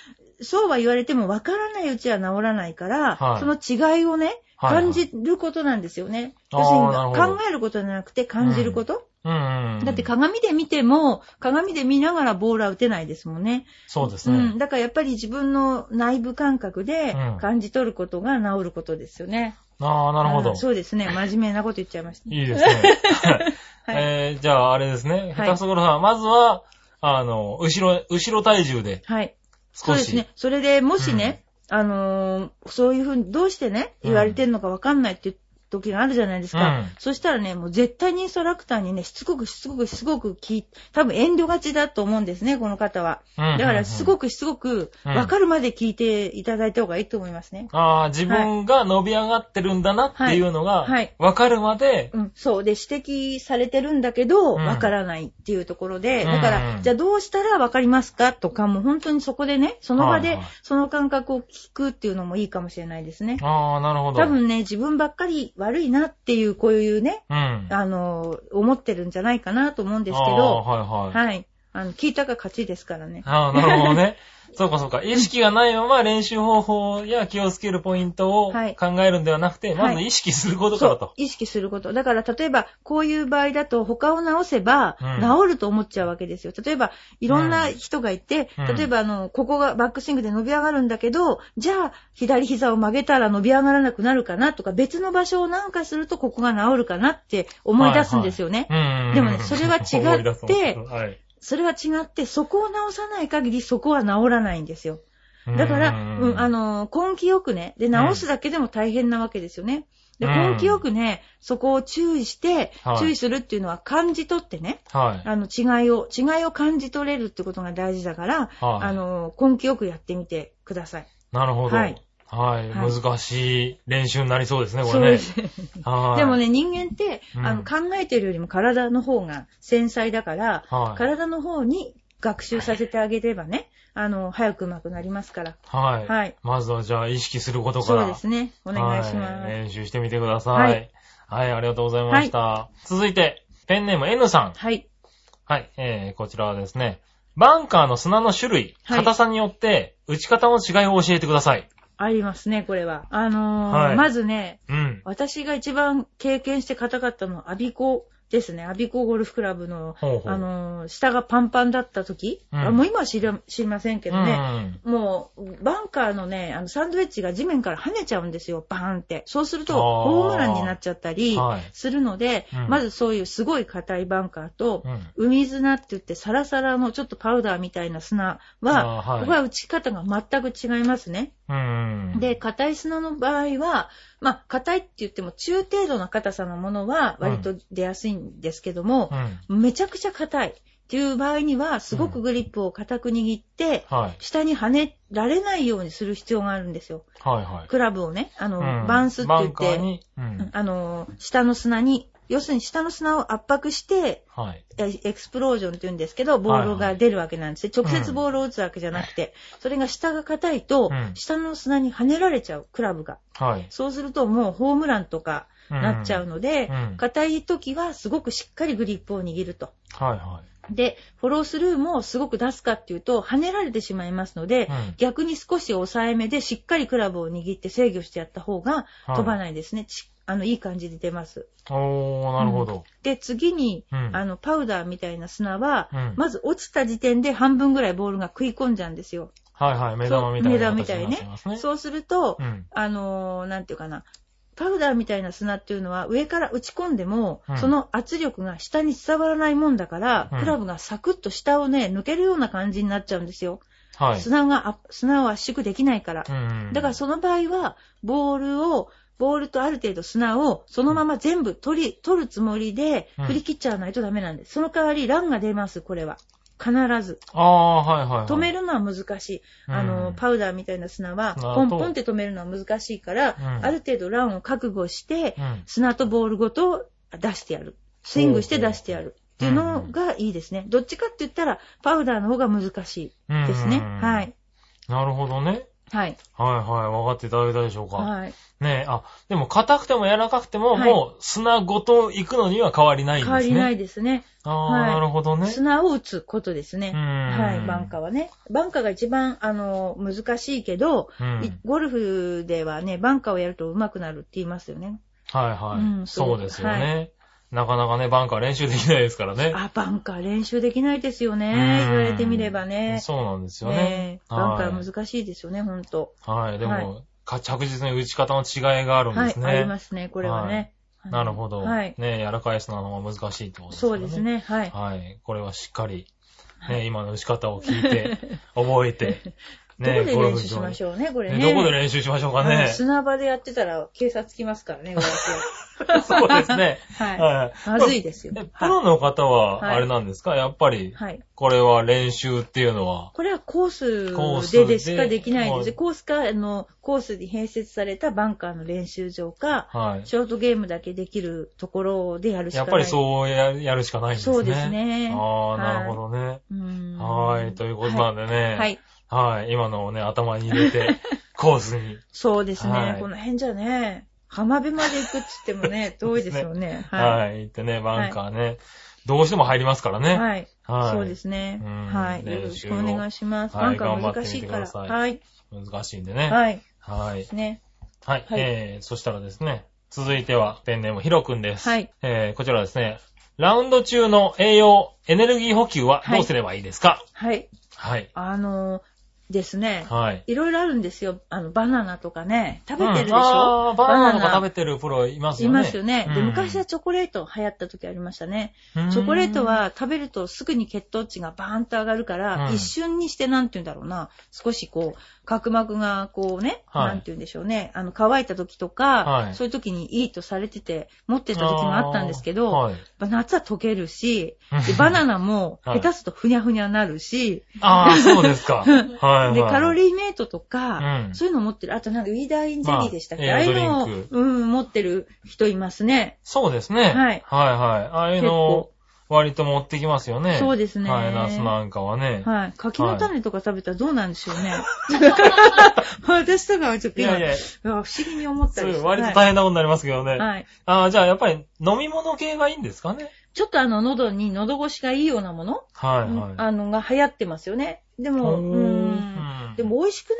[SPEAKER 1] そうは言われても分からないうちは治らないから、
[SPEAKER 2] はい
[SPEAKER 1] その違いをね、
[SPEAKER 2] はいはい
[SPEAKER 1] 感じることなんですよね。
[SPEAKER 2] あー
[SPEAKER 1] 要するに
[SPEAKER 2] なるほど
[SPEAKER 1] 考えることじゃなくて感じること、
[SPEAKER 2] うんうん。
[SPEAKER 1] だって鏡で見ても、鏡で見ながらボールは打てないですもんね。
[SPEAKER 2] そうです
[SPEAKER 1] う
[SPEAKER 2] ね
[SPEAKER 1] ん。。だからやっぱり自分の内部感覚で
[SPEAKER 2] うん
[SPEAKER 1] 感じ取ることが治ることですよね。
[SPEAKER 2] ああ、なるほど
[SPEAKER 1] うん。そうですね。真面目なこと言っちゃいました。
[SPEAKER 2] いいですね。
[SPEAKER 1] [LAUGHS] はい
[SPEAKER 2] えーじゃあ、あれですね。下
[SPEAKER 1] はい
[SPEAKER 2] 手くそゴルファー、まずは、あの、後ろ、後ろ体重で
[SPEAKER 1] はい。そ
[SPEAKER 2] 少
[SPEAKER 1] う
[SPEAKER 2] し。
[SPEAKER 1] ですね。それで、もしね、あのーそういうふうに、どうしてね、
[SPEAKER 2] うん
[SPEAKER 1] 言われてるのかわかんないっていう時があるじゃないですか。
[SPEAKER 2] うん
[SPEAKER 1] そしたらね、もう絶対にインストラクターにね、しつこくしつこくしつこく聞い、多分遠慮がちだと思うんですね、この方は。
[SPEAKER 2] うん
[SPEAKER 1] だから、すご
[SPEAKER 2] く。
[SPEAKER 1] くしつこく、
[SPEAKER 2] うん
[SPEAKER 1] わかるまで聞いていただいた方がいいと思いますね。
[SPEAKER 2] ああ、自分が伸び上がってるんだなっていうのが
[SPEAKER 1] はいはい、
[SPEAKER 2] わかるまで、
[SPEAKER 1] うん、そう。で、指摘されてるんだけど、
[SPEAKER 2] うん
[SPEAKER 1] わからないっていうところで、
[SPEAKER 2] うん
[SPEAKER 1] だから、じゃあどうしたらわかりますかとか、もう本当にそこでね、その場
[SPEAKER 2] はい
[SPEAKER 1] で
[SPEAKER 2] はい、
[SPEAKER 1] その感覚を聞くっていうのもいいかもしれないですね。
[SPEAKER 2] ああ、なるほど。
[SPEAKER 1] 多分ね、自分ばっかり悪いなっていう、こういうね、
[SPEAKER 2] うん。
[SPEAKER 1] あの、思ってるんじゃないかなと思うんですけ
[SPEAKER 2] ああ
[SPEAKER 1] ど、
[SPEAKER 2] はいはい。
[SPEAKER 1] はい。あの、聞いたが勝ちですからね。
[SPEAKER 2] ああ、なるほ
[SPEAKER 1] [LAUGHS]
[SPEAKER 2] どね。そうかそうか。意識がないまま練習方法や気をつけるポイントを考
[SPEAKER 1] はい
[SPEAKER 2] えるんではなくて、まず
[SPEAKER 1] はい
[SPEAKER 2] 意識することから
[SPEAKER 1] そう
[SPEAKER 2] と。。
[SPEAKER 1] 意識すること。だから、例えば、こういう場合だと、他を治せば
[SPEAKER 2] うん、
[SPEAKER 1] 治ると思っちゃうわけですよ。例えば、いろんな人がいて、
[SPEAKER 2] うん
[SPEAKER 1] 例えば、あの、ここがバックスイングで伸び上がるんだけど、じゃあ、左膝を曲げたら伸び上がらなくなるかなとか、別の場所をなんかすると、ここが治るかなって思い出すんですよね。
[SPEAKER 2] うん。
[SPEAKER 1] でもねそれは違って
[SPEAKER 2] 思い出そうはい。
[SPEAKER 1] それは違って、そこを治さない限り、そこは治らないんですよ。だから、
[SPEAKER 2] う
[SPEAKER 1] うん、あ、の、根気よくね、で、直すだけでも大変なわけですよね。で、
[SPEAKER 2] うん
[SPEAKER 1] 根気よくね、そこを注意して
[SPEAKER 2] はい、
[SPEAKER 1] 注意するっていうのは感じ取ってね、
[SPEAKER 2] はい。
[SPEAKER 1] あの、違いを、違いを感じ取れるってことが大事だから、
[SPEAKER 2] はい
[SPEAKER 1] あの、根気よくやってみてください。
[SPEAKER 2] なるほど。は
[SPEAKER 1] はいい。はい
[SPEAKER 2] 難しい練習になりそうですね、こ
[SPEAKER 1] そう
[SPEAKER 2] れ
[SPEAKER 1] で
[SPEAKER 2] ね。
[SPEAKER 1] す。
[SPEAKER 2] はい。
[SPEAKER 1] でも、ね、人間って、
[SPEAKER 2] うん
[SPEAKER 1] あの、考えてるよりも体の方が繊細だから、
[SPEAKER 2] はい
[SPEAKER 1] 体の方に学習させてあげればね、あの、早く上手くなりますから。
[SPEAKER 2] はい。
[SPEAKER 1] はい
[SPEAKER 2] まずはじゃあ意識することか
[SPEAKER 1] そ
[SPEAKER 2] ら。
[SPEAKER 1] うですね。お願いします。
[SPEAKER 2] はい練習してみてください。は
[SPEAKER 1] はいい。
[SPEAKER 2] ありがとうございました。続いて、ペンネーム N さん。
[SPEAKER 1] はい。
[SPEAKER 2] はい。えー、こちらはですね、バンカーの砂の種類、
[SPEAKER 1] はい
[SPEAKER 2] 硬さによって、打ち方の違いを教えてください。
[SPEAKER 1] ありますね、これは。あのー
[SPEAKER 2] はい
[SPEAKER 1] まずね、
[SPEAKER 2] うん。
[SPEAKER 1] 私が一番経験して硬かったのは、アビコですね。アビコゴルフクラブの、
[SPEAKER 2] ほうほう
[SPEAKER 1] あのー下がパンパンだった時、
[SPEAKER 2] うん
[SPEAKER 1] あもう今は知り知りませんけ
[SPEAKER 2] う
[SPEAKER 1] どね。
[SPEAKER 2] ん。
[SPEAKER 1] もう、バンカーのね、あの、サンドウェッジが地面から跳ねちゃうんですよ、バーンって。そうすると、
[SPEAKER 2] あー
[SPEAKER 1] ホームランになっちゃったり
[SPEAKER 2] はい
[SPEAKER 1] するので、
[SPEAKER 2] うん
[SPEAKER 1] まずそういうすごい硬いバンカーと、
[SPEAKER 2] うん
[SPEAKER 1] 海砂って言って、サラサラのちょっとパウダーみたいな砂は、
[SPEAKER 2] あーはい
[SPEAKER 1] ここは打ち方が全く違いますね。
[SPEAKER 2] うん。
[SPEAKER 1] で、硬い砂の場合は、まあ、硬いって言っても中程度の硬さのものは割と出やすいんですけども
[SPEAKER 2] う、ん。
[SPEAKER 1] めちゃくちゃ硬いっていう場合には、すごくグリップを硬く握って、
[SPEAKER 2] はい。
[SPEAKER 1] 下に跳ねられないようにする必要があるんですよ。
[SPEAKER 2] はいはい。
[SPEAKER 1] クラブをね、あの、
[SPEAKER 2] うん
[SPEAKER 1] バウンスって
[SPEAKER 2] バ
[SPEAKER 1] 言
[SPEAKER 2] ン
[SPEAKER 1] っ
[SPEAKER 2] カー
[SPEAKER 1] て、
[SPEAKER 2] に、うん。
[SPEAKER 1] あの、下の砂に、要するに下の砂を圧迫して、
[SPEAKER 2] はい。
[SPEAKER 1] えエクスプロージョンって言うんですけど、ボールが出るわけなんですね。
[SPEAKER 2] はい
[SPEAKER 1] 直接ボールを打つわけじゃなくて、それが下が硬いと、
[SPEAKER 2] うん
[SPEAKER 1] 下の砂に跳ねられちゃう、クラブが。
[SPEAKER 2] はい。
[SPEAKER 1] そうするともうホームランとかなっちゃうので
[SPEAKER 2] うん、
[SPEAKER 1] 硬、い時はすごくしっかりグリップを握ると。
[SPEAKER 2] はいはい。
[SPEAKER 1] で、フォロースルーもすごく出すかっていうと、跳ねられてしまいますので、
[SPEAKER 2] うん
[SPEAKER 1] 逆に少し抑えめでしっかりクラブを握って制御してやった方が
[SPEAKER 2] はい
[SPEAKER 1] 飛ばないですね。ちあの、いい感じで出ます。
[SPEAKER 2] おー、なるほど。
[SPEAKER 1] で、次に、
[SPEAKER 2] うん
[SPEAKER 1] あの、パウダーみたいな砂は、
[SPEAKER 2] うん
[SPEAKER 1] まず落ちた時点で半分ぐらいボールが食い込んじゃうんですよ。
[SPEAKER 2] はいはい。目玉みたいな。
[SPEAKER 1] そう目玉みたいね
[SPEAKER 2] ますね。
[SPEAKER 1] そうすると、
[SPEAKER 2] うん
[SPEAKER 1] あのーなんていうかな、パウダーみたいな砂っていうのは上から打ち込んでも、
[SPEAKER 2] うん
[SPEAKER 1] その圧力が下に伝わらないもんだから、
[SPEAKER 2] うん
[SPEAKER 1] クラブがサクッと下をね、抜けるような感じになっちゃうんですよ。
[SPEAKER 2] はい。
[SPEAKER 1] 砂があ、砂を圧縮できないから。
[SPEAKER 2] うん
[SPEAKER 1] だからその場合は、ボールを、ボールとある程度砂をそのまま全部取り、取るつもりで
[SPEAKER 2] うん
[SPEAKER 1] 振り切っちゃわないとダメなんです。その代わりランが出ます、これは。必ず。
[SPEAKER 2] ああー、はいはいはい。
[SPEAKER 1] 止めるのは難しい。
[SPEAKER 2] うん
[SPEAKER 1] あの、パウダーみたいな砂は、
[SPEAKER 2] あ
[SPEAKER 1] ポンポンって止めるのは難しいから、
[SPEAKER 2] うん
[SPEAKER 1] ある程度ランを覚悟して、
[SPEAKER 2] うん
[SPEAKER 1] 砂とボールごと出してやる。スイングして出してやる。っていうのがいいですね。どっちかって言ったら、パウダーの方が難しいですね。
[SPEAKER 2] うん
[SPEAKER 1] はい。
[SPEAKER 2] なるほどね。
[SPEAKER 1] はい。
[SPEAKER 2] はいはい。分かっていただけたでしょうか。
[SPEAKER 1] はい。
[SPEAKER 2] ねえ、あ、でも硬くても柔らかくても、
[SPEAKER 1] はい
[SPEAKER 2] もう砂ごと行くのには変わりないんです
[SPEAKER 1] 変わ
[SPEAKER 2] ね。
[SPEAKER 1] りないですね。
[SPEAKER 2] ああ、
[SPEAKER 1] はい
[SPEAKER 2] なるほどね。
[SPEAKER 1] 砂を打つことですね。
[SPEAKER 2] うん
[SPEAKER 1] はい、バンカーはね。バンカーが一番、あの、難しいけど、
[SPEAKER 2] うん
[SPEAKER 1] いゴルフではね、バンカーをやると上手くなるって言いますよね。
[SPEAKER 2] はいはい、
[SPEAKER 1] うんす
[SPEAKER 2] そ
[SPEAKER 1] ご
[SPEAKER 2] う
[SPEAKER 1] く
[SPEAKER 2] ですよね、なかなかね、バンカー練習できないですからね。
[SPEAKER 1] あ、バンカー練習できないですよね。
[SPEAKER 2] うん
[SPEAKER 1] 言われてみればね。
[SPEAKER 2] そうなんですよね。
[SPEAKER 1] ねえバンカ
[SPEAKER 2] はい
[SPEAKER 1] ー難しいですよね、ほんと。
[SPEAKER 2] はい。でも、
[SPEAKER 1] は
[SPEAKER 2] か着実に打ち方の違いがあるん
[SPEAKER 1] は
[SPEAKER 2] で
[SPEAKER 1] い
[SPEAKER 2] す、ね。
[SPEAKER 1] ありますね、これはね。はい
[SPEAKER 2] なるほど。
[SPEAKER 1] はい。
[SPEAKER 2] ねえ、柔らかい砂の方が難しいってことです
[SPEAKER 1] そ
[SPEAKER 2] よ
[SPEAKER 1] うですね、はい。
[SPEAKER 2] はい。これはしっかり、ね、今の打ち方を聞
[SPEAKER 1] [LAUGHS]
[SPEAKER 2] いて、覚えて、
[SPEAKER 1] どこで
[SPEAKER 2] ゴル
[SPEAKER 1] 練
[SPEAKER 2] フ
[SPEAKER 1] 習し
[SPEAKER 2] 場
[SPEAKER 1] ま
[SPEAKER 2] に
[SPEAKER 1] しょうね、これ
[SPEAKER 2] ね
[SPEAKER 1] ね。
[SPEAKER 2] どこで練習しましょうか
[SPEAKER 1] うん
[SPEAKER 2] ね。
[SPEAKER 1] 砂場でやってたら警察来ますからね、私
[SPEAKER 2] [LAUGHS] そうですね。
[SPEAKER 1] は。
[SPEAKER 2] はい [LAUGHS]
[SPEAKER 1] はい。まずいですよ。
[SPEAKER 2] えプロの方は、
[SPEAKER 1] はい
[SPEAKER 2] あれなんですかやっぱり、
[SPEAKER 1] はい。
[SPEAKER 2] これは練習っていうのは。
[SPEAKER 1] これはコ
[SPEAKER 2] コー
[SPEAKER 1] ー
[SPEAKER 2] ス
[SPEAKER 1] ス
[SPEAKER 2] で
[SPEAKER 1] ででしかできないです。
[SPEAKER 2] はい
[SPEAKER 1] コースか、あの、コースに併設されたバンカーの練習場か、
[SPEAKER 2] はい。
[SPEAKER 1] ショートゲームだけできるところでやるし
[SPEAKER 2] や
[SPEAKER 1] か
[SPEAKER 2] っ
[SPEAKER 1] ない。
[SPEAKER 2] ぱりそうややるしかないんですね。
[SPEAKER 1] そうですね
[SPEAKER 2] ああ、
[SPEAKER 1] はい
[SPEAKER 2] なるほどね。
[SPEAKER 1] うーん。
[SPEAKER 2] はい。ということなんでね。
[SPEAKER 1] はい。 [LAUGHS]
[SPEAKER 2] はい。今のをね、頭に入れて、コースに。
[SPEAKER 1] そうですね。
[SPEAKER 2] はい
[SPEAKER 1] この辺じゃね、浜辺まで行くっつっても
[SPEAKER 2] [LAUGHS]
[SPEAKER 1] ね、遠いですよね。は
[SPEAKER 2] はい。行ってね、バンカーね。どうしても入りますから
[SPEAKER 1] い。
[SPEAKER 2] ね。
[SPEAKER 1] はい。
[SPEAKER 2] はい。
[SPEAKER 1] そうですね。
[SPEAKER 2] うん
[SPEAKER 1] はい。
[SPEAKER 2] 練習
[SPEAKER 1] よ
[SPEAKER 2] を
[SPEAKER 1] ろしくお願いします。
[SPEAKER 2] はい
[SPEAKER 1] なんか
[SPEAKER 2] 頑張っ
[SPEAKER 1] 難
[SPEAKER 2] て
[SPEAKER 1] し
[SPEAKER 2] み
[SPEAKER 1] い
[SPEAKER 2] てく
[SPEAKER 1] から。
[SPEAKER 2] ださい
[SPEAKER 1] はい。
[SPEAKER 2] 難しいんでね。はい。
[SPEAKER 1] はい。
[SPEAKER 2] はい。
[SPEAKER 1] ね。
[SPEAKER 2] はい。
[SPEAKER 1] はい
[SPEAKER 2] えー、そしたらですね、続いてはペンネームヒロくんです。
[SPEAKER 1] はい。
[SPEAKER 2] えー、こちらはですね、ラウンド中の栄養、エネルギー補給はどうすればいいですか
[SPEAKER 1] はい。
[SPEAKER 2] はい。
[SPEAKER 1] あのー、ですね。
[SPEAKER 2] はい。
[SPEAKER 1] いろいろあるんですよ。あの、バナナとかね。食べてるでし
[SPEAKER 2] うんあ
[SPEAKER 1] ょ
[SPEAKER 2] ーバナナとか食べてるプロいます
[SPEAKER 1] い
[SPEAKER 2] よね。
[SPEAKER 1] ますよね。で、
[SPEAKER 2] うん
[SPEAKER 1] 昔はチョコレート流行った時ありましたね。
[SPEAKER 2] うん
[SPEAKER 1] チョコレート、は食べるとすぐに血糖値がバーンと上がるから、
[SPEAKER 2] うん
[SPEAKER 1] 一瞬にしてなんて言うんだろうな、少しこう、角膜がこうね、
[SPEAKER 2] はい
[SPEAKER 1] なんて言うんでしょうね、あの、乾いた時とか、
[SPEAKER 2] はい
[SPEAKER 1] そういう時にいいとされてて、持ってた時もあったんですけど、
[SPEAKER 2] はい。
[SPEAKER 1] まあ夏は溶けるし、でバナナも
[SPEAKER 2] [LAUGHS] はい
[SPEAKER 1] 下手するとふにゃふにゃなるし、
[SPEAKER 2] ああ、そうで
[SPEAKER 1] [LAUGHS]
[SPEAKER 2] すか。はい、はい。
[SPEAKER 1] で、カロ
[SPEAKER 2] ー
[SPEAKER 1] リーメイトとか、
[SPEAKER 2] うん
[SPEAKER 1] そういうの持ってる。あとなんか、ウィダーインゼリーでしたっけ、
[SPEAKER 2] まあ
[SPEAKER 1] ああいう
[SPEAKER 2] 栄養ドリン
[SPEAKER 1] のを
[SPEAKER 2] ク、
[SPEAKER 1] うん、持ってる人いますね。
[SPEAKER 2] そうですね。
[SPEAKER 1] はい
[SPEAKER 2] はいはい。ああいうの、割と持ってきますよね。
[SPEAKER 1] そうですね
[SPEAKER 2] はい、ナスなんかはね。
[SPEAKER 1] はい。柿の種とか食べたらどうなんでしょうね。 [LAUGHS] 私とかはちょっと
[SPEAKER 2] い
[SPEAKER 1] 今、
[SPEAKER 2] やいや、
[SPEAKER 1] うわ不思議に思った
[SPEAKER 2] そ
[SPEAKER 1] り
[SPEAKER 2] う
[SPEAKER 1] して。
[SPEAKER 2] 割と大変なことになりますけどね。
[SPEAKER 1] はいはい。
[SPEAKER 2] ああ、じゃあやっぱり飲み物系がいいんですかね。
[SPEAKER 1] ちょっとあの、喉に喉越しがいいようなもの、
[SPEAKER 2] はい
[SPEAKER 1] うん
[SPEAKER 2] はい。
[SPEAKER 1] あの、が流行ってますよね。でも、うーん。
[SPEAKER 2] うん
[SPEAKER 1] で、も、美味しくない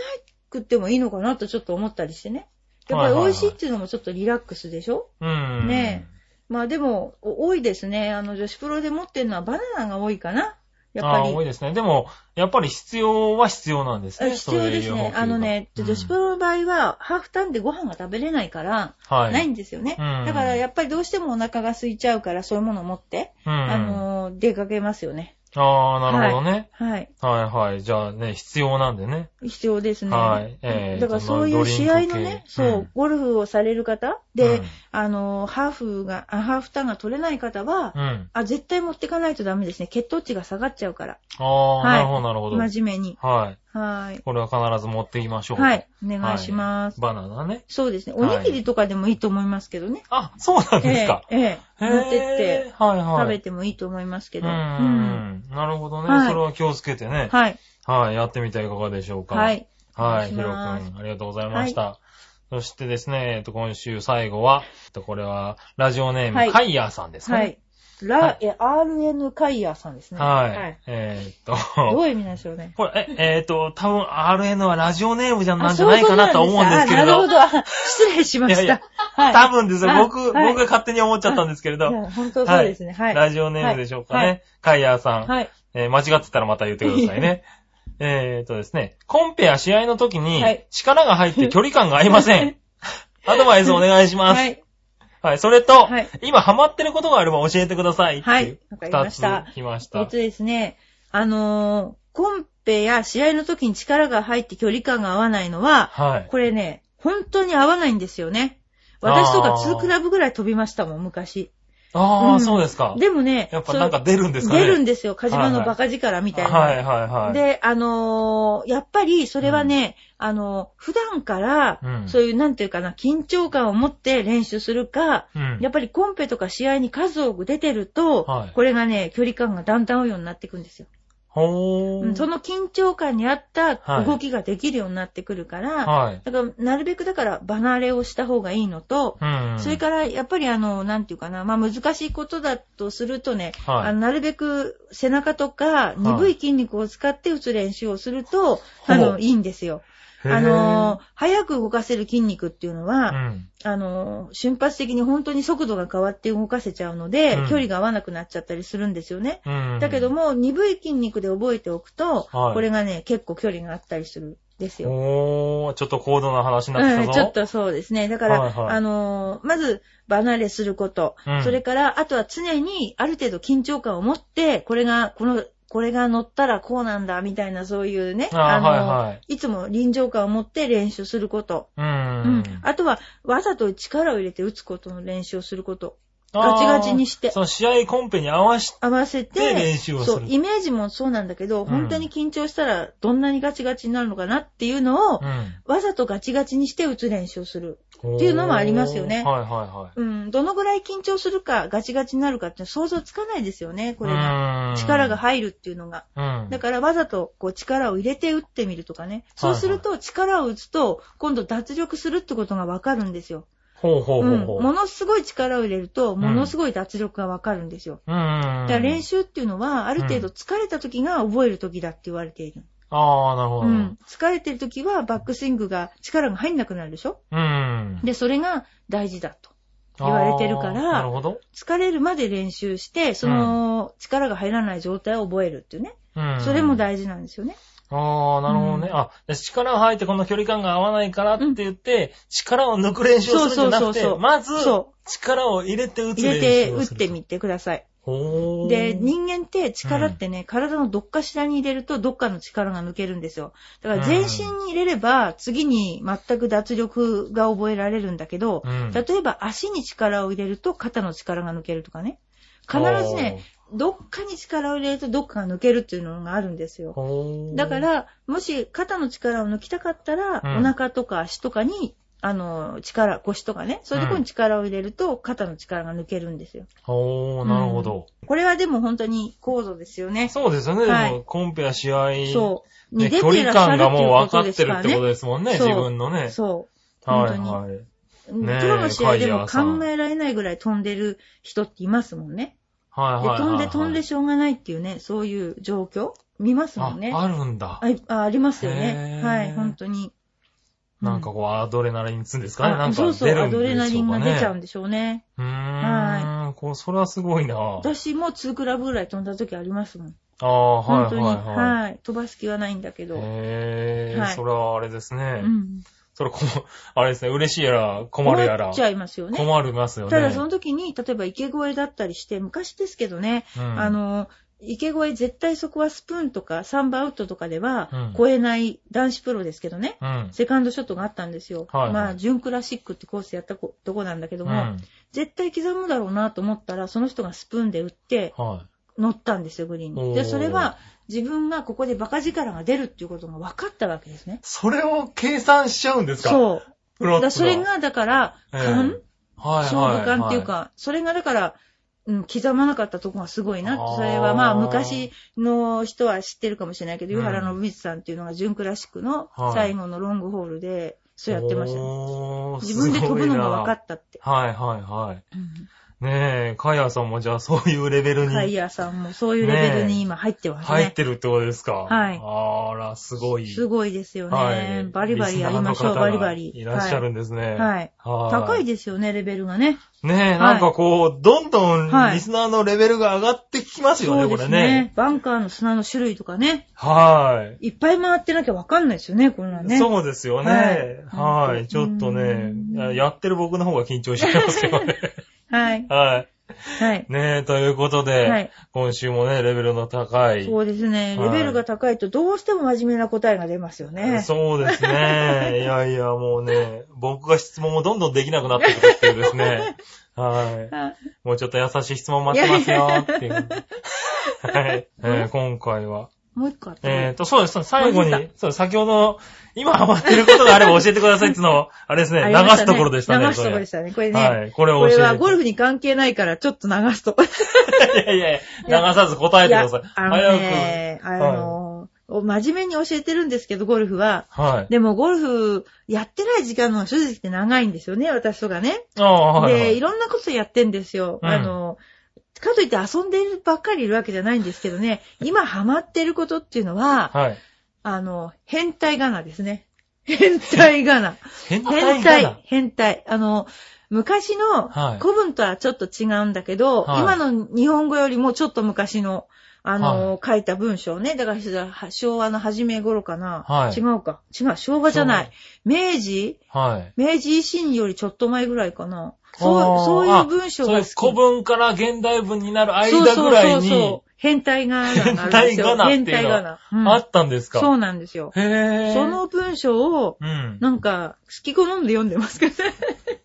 [SPEAKER 1] くってもいいのかなとちょっと思ったりしてね。やっぱり美味しいっていうのもちょっとリラックスでしょ、
[SPEAKER 2] うん。
[SPEAKER 1] ねまあでも、お多いですね。あの、女子プロで持ってるのはバナナが多いかな。やっ
[SPEAKER 2] あ
[SPEAKER 1] ぱ
[SPEAKER 2] あ、多
[SPEAKER 1] り。
[SPEAKER 2] いですね。でも、やっぱり必要は必要なんです
[SPEAKER 1] あ
[SPEAKER 2] ね。
[SPEAKER 1] 必要です
[SPEAKER 2] そういう栄
[SPEAKER 1] ね
[SPEAKER 2] 養補給。が
[SPEAKER 1] あのね、女子プロの場合は、ハーフターンでご飯が食べれないから、
[SPEAKER 2] うんはい。
[SPEAKER 1] ないんですよね。
[SPEAKER 2] うん
[SPEAKER 1] だから、やっぱりどうしてもお腹が空いちゃうから、そういうものを持って、
[SPEAKER 2] うん。
[SPEAKER 1] あのー、出かけますよね。
[SPEAKER 2] ああ、なるほどね。
[SPEAKER 1] はい。
[SPEAKER 2] はいはい。じゃあね、必要なんでね。
[SPEAKER 1] 必要ですね。
[SPEAKER 2] はいえー
[SPEAKER 1] だからそういう試合のね、
[SPEAKER 2] そのドリンク系、
[SPEAKER 1] そううんゴルフをされる方で、
[SPEAKER 2] うん
[SPEAKER 1] あのー、ハーフが、あハーフターンが取れない方は、
[SPEAKER 2] うん。
[SPEAKER 1] あ、絶対持ってかないとダメですね。血糖値が下がっちゃうから。
[SPEAKER 2] ああ、
[SPEAKER 1] はい
[SPEAKER 2] なるほど、なるほど。
[SPEAKER 1] 真面目に。
[SPEAKER 2] はい。
[SPEAKER 1] はい。
[SPEAKER 2] これは必ず持っていきましょう。
[SPEAKER 1] はい。。お願いします。
[SPEAKER 2] バナナね。
[SPEAKER 1] そうですね。お
[SPEAKER 2] はい
[SPEAKER 1] にぎりとかでもいいと思いますけどね。
[SPEAKER 2] あ、そうなんですか。
[SPEAKER 1] ええ、ええ
[SPEAKER 2] へー
[SPEAKER 1] 持ってって、
[SPEAKER 2] はいはい。
[SPEAKER 1] 食べてもいいと思いますけ
[SPEAKER 2] う
[SPEAKER 1] ど。うん
[SPEAKER 2] ん。なるほどね、
[SPEAKER 1] はい
[SPEAKER 2] それは気をつけてね。
[SPEAKER 1] はい。
[SPEAKER 2] はい。やってみてはいかがでしょうか。
[SPEAKER 1] はい。
[SPEAKER 2] は
[SPEAKER 1] お願い
[SPEAKER 2] い。ヒ
[SPEAKER 1] し
[SPEAKER 2] ロ君、
[SPEAKER 1] ます
[SPEAKER 2] ありがとうございました。そしてですね、えっと、今週最後は、えっと、これは、ラジオネーム、
[SPEAKER 1] はい
[SPEAKER 2] カイヤーさんですか
[SPEAKER 1] は
[SPEAKER 2] ね。
[SPEAKER 1] い。ラ、え、RN カイヤーさんですね。
[SPEAKER 2] はい。えーっと、
[SPEAKER 1] どういう意味なんでしょうね。
[SPEAKER 2] これ、え、えーっと、多分 RN はラジオネームじゃなんじゃないかなとは思うんですけれ
[SPEAKER 1] あ
[SPEAKER 2] ど
[SPEAKER 1] そう、なんですかあなるほど。あ失礼しました。
[SPEAKER 2] いやいや
[SPEAKER 1] はい。
[SPEAKER 2] 多分ですよ、
[SPEAKER 1] はい
[SPEAKER 2] 僕、僕
[SPEAKER 1] はい
[SPEAKER 2] が勝手に思っちゃったんですけれど、
[SPEAKER 1] いや本当そうですね。はい。
[SPEAKER 2] ラジオネームでしょうか
[SPEAKER 1] は
[SPEAKER 2] ね
[SPEAKER 1] い。
[SPEAKER 2] カイヤーさん。
[SPEAKER 1] はい。
[SPEAKER 2] えー間違ってたらまた言ってください
[SPEAKER 1] [LAUGHS]
[SPEAKER 2] ね。えーっとですね、コンペや試合の時に
[SPEAKER 1] はい、
[SPEAKER 2] 力が入って距離感が合いません。 [LAUGHS] アドバイスお願いします。
[SPEAKER 1] は
[SPEAKER 2] はい、
[SPEAKER 1] い。
[SPEAKER 2] それと、
[SPEAKER 1] はい
[SPEAKER 2] 今ハマってることがあれば教えてくださいってう。
[SPEAKER 1] はいわかりました
[SPEAKER 2] 二つ来まし
[SPEAKER 1] え
[SPEAKER 2] た
[SPEAKER 1] っと。ですね、あのーコンペや試合の時に力が入って距離感が合わないのは、
[SPEAKER 2] はい。
[SPEAKER 1] これね、本当に合わないんですよね。私とか2クラブぐらい飛びましたもん、昔。
[SPEAKER 2] ああ、
[SPEAKER 1] うん
[SPEAKER 2] そうですか。
[SPEAKER 1] でもね、
[SPEAKER 2] やっぱ
[SPEAKER 1] その
[SPEAKER 2] なんか出るんですかね。
[SPEAKER 1] 出るん
[SPEAKER 2] で
[SPEAKER 1] ですよ、カジマのバカ力みたいな。
[SPEAKER 2] はいはいはい。
[SPEAKER 1] で、あのーやっぱりそれはね、あのー普段から
[SPEAKER 2] う、ん
[SPEAKER 1] そういう、なんていうかな、緊張感を持って練習するか、
[SPEAKER 2] うん、
[SPEAKER 1] やっぱりコンペとか試合に数多く出てると、
[SPEAKER 2] はい
[SPEAKER 1] これがね、距離感がだんだん合うようになっていくんですよ。
[SPEAKER 2] ほー。
[SPEAKER 1] うんその緊張感に合った
[SPEAKER 2] はい
[SPEAKER 1] 動きができるようになってくるから、
[SPEAKER 2] はい。
[SPEAKER 1] だから、なるべくだから離れをした方がいいのと、
[SPEAKER 2] うん。
[SPEAKER 1] それから、やっぱりあの、なんていうかな、まあ難しいことだとするとね、
[SPEAKER 2] はい
[SPEAKER 1] あのなるべく背中とか鈍い筋肉を使って打つ練習をすると、
[SPEAKER 2] ほう
[SPEAKER 1] あの、いいんですよ。
[SPEAKER 2] へー
[SPEAKER 1] あの、早く動かせる筋肉っていうのは、
[SPEAKER 2] うん。
[SPEAKER 1] あの、瞬発的に本当に速度が変わって動かせちゃうので、
[SPEAKER 2] うん
[SPEAKER 1] 距離が合わなくなっちゃったりするんですよね。
[SPEAKER 2] うん。
[SPEAKER 1] だけど
[SPEAKER 2] も、
[SPEAKER 1] も、鈍い筋肉で覚えておくと、
[SPEAKER 2] はい
[SPEAKER 1] これがね、結構距離があったりするんですよ。
[SPEAKER 2] おー、ちょっと高度な話になって
[SPEAKER 1] う
[SPEAKER 2] き
[SPEAKER 1] ん、
[SPEAKER 2] た
[SPEAKER 1] ち
[SPEAKER 2] ぞ。
[SPEAKER 1] ょっとそうですね。だから、
[SPEAKER 2] はいはい
[SPEAKER 1] あのーまず、離れすること、
[SPEAKER 2] うん
[SPEAKER 1] それから、あとは常にある程度緊張感を持って、これが、この、これが乗ったらこうなんだ、みたいなそういうね、
[SPEAKER 2] あー
[SPEAKER 1] のー
[SPEAKER 2] はいはい
[SPEAKER 1] つも臨場感を持って練習すること。
[SPEAKER 2] うん。
[SPEAKER 1] うん。あとは、わざと力を入れて打つことの練習をすること。ガチガチにして
[SPEAKER 2] あーその試合コンペに合わせて、
[SPEAKER 1] 合わせて、
[SPEAKER 2] で練習をする
[SPEAKER 1] そう、イメージもそうなんだけど、
[SPEAKER 2] ん
[SPEAKER 1] 本当に緊張したらどんなにガチガチになるのかなっていうのを、
[SPEAKER 2] ん。
[SPEAKER 1] わざとガチガチにして打つ練習をする。っていうのもありますよね
[SPEAKER 2] おーはいはいはい。
[SPEAKER 1] うん、どのぐらい緊張するか、ガチガチになるかって想像つかないですよね、これが。
[SPEAKER 2] が
[SPEAKER 1] 力が入るっていうのが。
[SPEAKER 2] うん。
[SPEAKER 1] だからわざとこう力を入れて打ってみるとかね。そうすると力を打つと、今度脱力するってことがわかるんですよ。
[SPEAKER 2] ほうほう
[SPEAKER 1] う、
[SPEAKER 2] ほうんほう。
[SPEAKER 1] ものすごい力を入れると、
[SPEAKER 2] ん
[SPEAKER 1] ものすごい脱力がわかるんですよ。
[SPEAKER 2] うんうんうん。
[SPEAKER 1] だから練習っていうのは、ある程度疲れた時が覚える時だって言われている。
[SPEAKER 2] ああ、なるほ
[SPEAKER 1] う
[SPEAKER 2] ど。
[SPEAKER 1] ん。
[SPEAKER 2] うん。
[SPEAKER 1] 疲れてる時はバックスイングが力が入んなくなるでしょ
[SPEAKER 2] うん。
[SPEAKER 1] で、それが大事だと。言われてるから
[SPEAKER 2] あーなるほど。
[SPEAKER 1] 疲れるまで練習して、その力が入らない状態を覚えるっていうね。
[SPEAKER 2] うん。
[SPEAKER 1] それも大事なんですよね。
[SPEAKER 2] ああ、なるほどね。
[SPEAKER 1] うん
[SPEAKER 2] あ、で力が入ってこの距離感が合わないからって言って、力を抜く練習をするんじゃなく
[SPEAKER 1] そうそうそうそ
[SPEAKER 2] て、
[SPEAKER 1] う
[SPEAKER 2] まず、
[SPEAKER 1] そ
[SPEAKER 2] 力を入れて打
[SPEAKER 1] う。
[SPEAKER 2] つ
[SPEAKER 1] 入れ
[SPEAKER 2] 練
[SPEAKER 1] て
[SPEAKER 2] 習
[SPEAKER 1] 打
[SPEAKER 2] を
[SPEAKER 1] っ
[SPEAKER 2] すると。
[SPEAKER 1] てみてください。
[SPEAKER 2] ほー。
[SPEAKER 1] で、人間って力ってね、体のどっかしらに入れると、どっかの力が抜けるんですよ。だから全身に入れれば、次に全く脱力が覚えられるんだけど、
[SPEAKER 2] うん
[SPEAKER 1] 例えば足に力を入れると、肩の力が抜けるとかね。必ずね、どっかに力を入れると、どっかが抜けるっていうのがあるんですよ。
[SPEAKER 2] ほー。
[SPEAKER 1] だから、もし肩の力を抜きたかったら、
[SPEAKER 2] うん
[SPEAKER 1] お腹とか足とかに、あの、力、腰とかね、そういうところに力を入れると、肩の力が抜けるんですよ。
[SPEAKER 2] ほー、なるほど。
[SPEAKER 1] これはでも本当に高度ですよね。
[SPEAKER 2] そうですよね。
[SPEAKER 1] はい
[SPEAKER 2] でもコンペや試合、
[SPEAKER 1] そう。
[SPEAKER 2] ね
[SPEAKER 1] に出
[SPEAKER 2] 距
[SPEAKER 1] ていら
[SPEAKER 2] 離
[SPEAKER 1] っしゃるっ
[SPEAKER 2] 感
[SPEAKER 1] てい
[SPEAKER 2] が
[SPEAKER 1] う
[SPEAKER 2] もう分
[SPEAKER 1] こ
[SPEAKER 2] か
[SPEAKER 1] と
[SPEAKER 2] っ
[SPEAKER 1] です
[SPEAKER 2] て
[SPEAKER 1] か
[SPEAKER 2] る
[SPEAKER 1] ら
[SPEAKER 2] ってこと
[SPEAKER 1] ね。
[SPEAKER 2] ですもんね、
[SPEAKER 1] そう
[SPEAKER 2] 自分のね。
[SPEAKER 1] そ本
[SPEAKER 2] は
[SPEAKER 1] 当
[SPEAKER 2] い
[SPEAKER 1] に
[SPEAKER 2] はい。
[SPEAKER 1] う。うん
[SPEAKER 2] ねえ
[SPEAKER 1] プロの試合でも
[SPEAKER 2] カイヤーさん
[SPEAKER 1] 考えられないぐらい飛んでる人っていますもんね。で、
[SPEAKER 2] はいはいはいはい。
[SPEAKER 1] 飛んで飛んでしょうがないっていうね、そういう状況見ますもんね。
[SPEAKER 2] あ、あるんだ。
[SPEAKER 1] ああありますよね。
[SPEAKER 2] へー
[SPEAKER 1] はい、本当に。
[SPEAKER 2] なんか
[SPEAKER 1] う
[SPEAKER 2] こう、アドレナリン打つんですかね。
[SPEAKER 1] あ
[SPEAKER 2] なん
[SPEAKER 1] そ
[SPEAKER 2] か
[SPEAKER 1] うそう、
[SPEAKER 2] 出る
[SPEAKER 1] ア
[SPEAKER 2] ん
[SPEAKER 1] ドレ
[SPEAKER 2] で
[SPEAKER 1] ナ
[SPEAKER 2] し
[SPEAKER 1] リ
[SPEAKER 2] ょう
[SPEAKER 1] ン
[SPEAKER 2] か
[SPEAKER 1] が
[SPEAKER 2] ね。
[SPEAKER 1] 出ちゃうんでしょうね。
[SPEAKER 2] うーん。こう、それはすごいなあ
[SPEAKER 1] 私も2クラブぐらい飛んだ時ありますもん。
[SPEAKER 2] ああ、はい
[SPEAKER 1] 本
[SPEAKER 2] は
[SPEAKER 1] 当
[SPEAKER 2] い
[SPEAKER 1] に。
[SPEAKER 2] はい。
[SPEAKER 1] はい。飛ばす気はないんだけど。
[SPEAKER 2] へえ、
[SPEAKER 1] はい
[SPEAKER 2] それはあれです
[SPEAKER 1] う
[SPEAKER 2] ね。
[SPEAKER 1] ん。
[SPEAKER 2] それこ、あれですね、嬉しいやら、困るや
[SPEAKER 1] 困
[SPEAKER 2] ら
[SPEAKER 1] っち、ゃいますよね。
[SPEAKER 2] 困りますよね。
[SPEAKER 1] ただその時に、例えば池越えだったりして、昔ですけどね、
[SPEAKER 2] うん
[SPEAKER 1] あ、の、池越え絶対そこはスプーンとかサンバアウトとかで
[SPEAKER 2] うん
[SPEAKER 1] は超えない男子プロですけどね、
[SPEAKER 2] うん。
[SPEAKER 1] セカンドショットがあったんですよ。
[SPEAKER 2] はいはい
[SPEAKER 1] まあ、準クラシックってコースやったことこなんだけど
[SPEAKER 2] うん
[SPEAKER 1] も、
[SPEAKER 2] はい。
[SPEAKER 1] 絶対刻むだろうなと思ったら、その人がスプーンで打って乗ったんですよ、グリーンに。
[SPEAKER 2] おー
[SPEAKER 1] で、それは自分がここでバカ力が出るっていうことが分かったわけですね。
[SPEAKER 2] それを計算しちゃうんですかう。
[SPEAKER 1] そう。
[SPEAKER 2] プロ
[SPEAKER 1] だ
[SPEAKER 2] ッ
[SPEAKER 1] か
[SPEAKER 2] ト
[SPEAKER 1] らそれ、が、だから、
[SPEAKER 2] ええ
[SPEAKER 1] 勘、
[SPEAKER 2] はいはい
[SPEAKER 1] 勝
[SPEAKER 2] はい
[SPEAKER 1] 負感っていうか、、それがだから、うん、刻まなかったとこがすごいなって、それはまあ
[SPEAKER 2] あー
[SPEAKER 1] 昔の人は知ってるかもしれないけど、
[SPEAKER 2] うん
[SPEAKER 1] 湯原信光さんっていうのが準クラシックの
[SPEAKER 2] はい
[SPEAKER 1] 最後のロングホールで、そうやってましたね。
[SPEAKER 2] おー
[SPEAKER 1] 自分で飛ぶのが分か
[SPEAKER 2] す
[SPEAKER 1] ったって。
[SPEAKER 2] ごいなはいはいはい。ねえ、カイヤさんもじゃあそういうレベル
[SPEAKER 1] カイ
[SPEAKER 2] に
[SPEAKER 1] ヤーさんもそういうレベル
[SPEAKER 2] ね
[SPEAKER 1] に
[SPEAKER 2] え
[SPEAKER 1] 今入ってます
[SPEAKER 2] 入っ
[SPEAKER 1] ね。
[SPEAKER 2] てるってことですか
[SPEAKER 1] はい
[SPEAKER 2] あら、すごい。
[SPEAKER 1] すごいですよね。
[SPEAKER 2] はい
[SPEAKER 1] バリバリやりましょ
[SPEAKER 2] リスナ
[SPEAKER 1] う、
[SPEAKER 2] ーの方が
[SPEAKER 1] バリバリ。
[SPEAKER 2] いらっしゃるんです
[SPEAKER 1] は
[SPEAKER 2] ね。
[SPEAKER 1] い。はい。
[SPEAKER 2] は
[SPEAKER 1] 高いですよね、レベルがね。
[SPEAKER 2] ねえ、
[SPEAKER 1] い
[SPEAKER 2] なんかこう、どんど
[SPEAKER 1] は
[SPEAKER 2] ん
[SPEAKER 1] い
[SPEAKER 2] リスナーのレベルが上がってきますよね、
[SPEAKER 1] そう
[SPEAKER 2] こ
[SPEAKER 1] で
[SPEAKER 2] れ
[SPEAKER 1] す
[SPEAKER 2] ね。
[SPEAKER 1] ね。バンカーの砂の種類とかね。
[SPEAKER 2] はい。
[SPEAKER 1] いっぱい回ってなきゃ分かんないですよね、こんなんね。
[SPEAKER 2] そうですよね。
[SPEAKER 1] はい
[SPEAKER 2] はい。ちょっとね
[SPEAKER 1] う、ん
[SPEAKER 2] ややってる僕の方が緊張しちゃいますけどね。
[SPEAKER 1] [LAUGHS] はい。
[SPEAKER 2] は
[SPEAKER 1] はい。
[SPEAKER 2] い。ねえ、ということで、
[SPEAKER 1] はい
[SPEAKER 2] 今週もね、レベルの高い。
[SPEAKER 1] そうですね。
[SPEAKER 2] はい
[SPEAKER 1] レベルが高いとどうしても真面目な答えが出ますよね。
[SPEAKER 2] そうですね。
[SPEAKER 1] [LAUGHS]
[SPEAKER 2] いやいや、もうね、僕が質問もどんどんできなくなってくるっていうで
[SPEAKER 1] [LAUGHS]
[SPEAKER 2] すね。はい。
[SPEAKER 1] あ
[SPEAKER 2] もうちょっと優しい質問待ってますよっていう。はい、えー今回は。
[SPEAKER 1] もう一個あったね、
[SPEAKER 2] えっ、と、そうです。最後
[SPEAKER 1] 忘れ
[SPEAKER 2] に、そう、先ほど、今ハマってることがあれば教えてくださいっていうのを、あれですね、
[SPEAKER 1] あ
[SPEAKER 2] 流
[SPEAKER 1] りま
[SPEAKER 2] すところでしたね。
[SPEAKER 1] 流すところでしたね。これね。
[SPEAKER 2] [LAUGHS] はい。これを
[SPEAKER 1] こ
[SPEAKER 2] 教え
[SPEAKER 1] れ
[SPEAKER 2] て。
[SPEAKER 1] はゴルフに関係ないから、ちょっと流すと。
[SPEAKER 2] いやいやいや、流さず答えてください。
[SPEAKER 1] あのね、あのー、真面目に教えてるんですけど、ゴルフは。
[SPEAKER 2] く。 [LAUGHS] はい。
[SPEAKER 1] でも、ゴルフ、やってない時間の方が正直って長いんですよね、私とかね。
[SPEAKER 2] ああ、はい、は
[SPEAKER 1] で、い
[SPEAKER 2] い。
[SPEAKER 1] ろんなことやってんですよ。
[SPEAKER 2] うん
[SPEAKER 1] あの、かといって遊んでるばっかりいるわけじゃないんですけどね、今ハマってることっていうのは、
[SPEAKER 2] はい。
[SPEAKER 1] あの、変態ガナですね。 [LAUGHS] 変態ガナ。
[SPEAKER 2] 変態
[SPEAKER 1] 変態、変態。あの、昔の
[SPEAKER 2] はい
[SPEAKER 1] 古文とはちょっと違うんだけど、
[SPEAKER 2] はい
[SPEAKER 1] 今の日本語よりもちょっと昔の、あの、
[SPEAKER 2] は
[SPEAKER 1] 書いた文章ね。だから、昭和の初め頃かな。
[SPEAKER 2] はい
[SPEAKER 1] 違うか。違う、昭和じゃない。明治
[SPEAKER 2] はい。
[SPEAKER 1] 明治維新よりちょっと前ぐらいかな。
[SPEAKER 2] あ
[SPEAKER 1] そう、
[SPEAKER 2] ー
[SPEAKER 1] そういう文章
[SPEAKER 2] そうい
[SPEAKER 1] が
[SPEAKER 2] う
[SPEAKER 1] 好き。
[SPEAKER 2] 古文から現代文になる
[SPEAKER 1] そう
[SPEAKER 2] 間ぐら
[SPEAKER 1] そ
[SPEAKER 2] い
[SPEAKER 1] うそう
[SPEAKER 2] に
[SPEAKER 1] そう。変態ガナがあるんですよ。
[SPEAKER 2] 変態ガナっていう
[SPEAKER 1] 変
[SPEAKER 2] の
[SPEAKER 1] 態ガナ。うん
[SPEAKER 2] あったんですか、
[SPEAKER 1] そうなんですよ。
[SPEAKER 2] へぇ
[SPEAKER 1] そ、の文章を、
[SPEAKER 2] うん。
[SPEAKER 1] なんか、好き好んで読んでますけどね。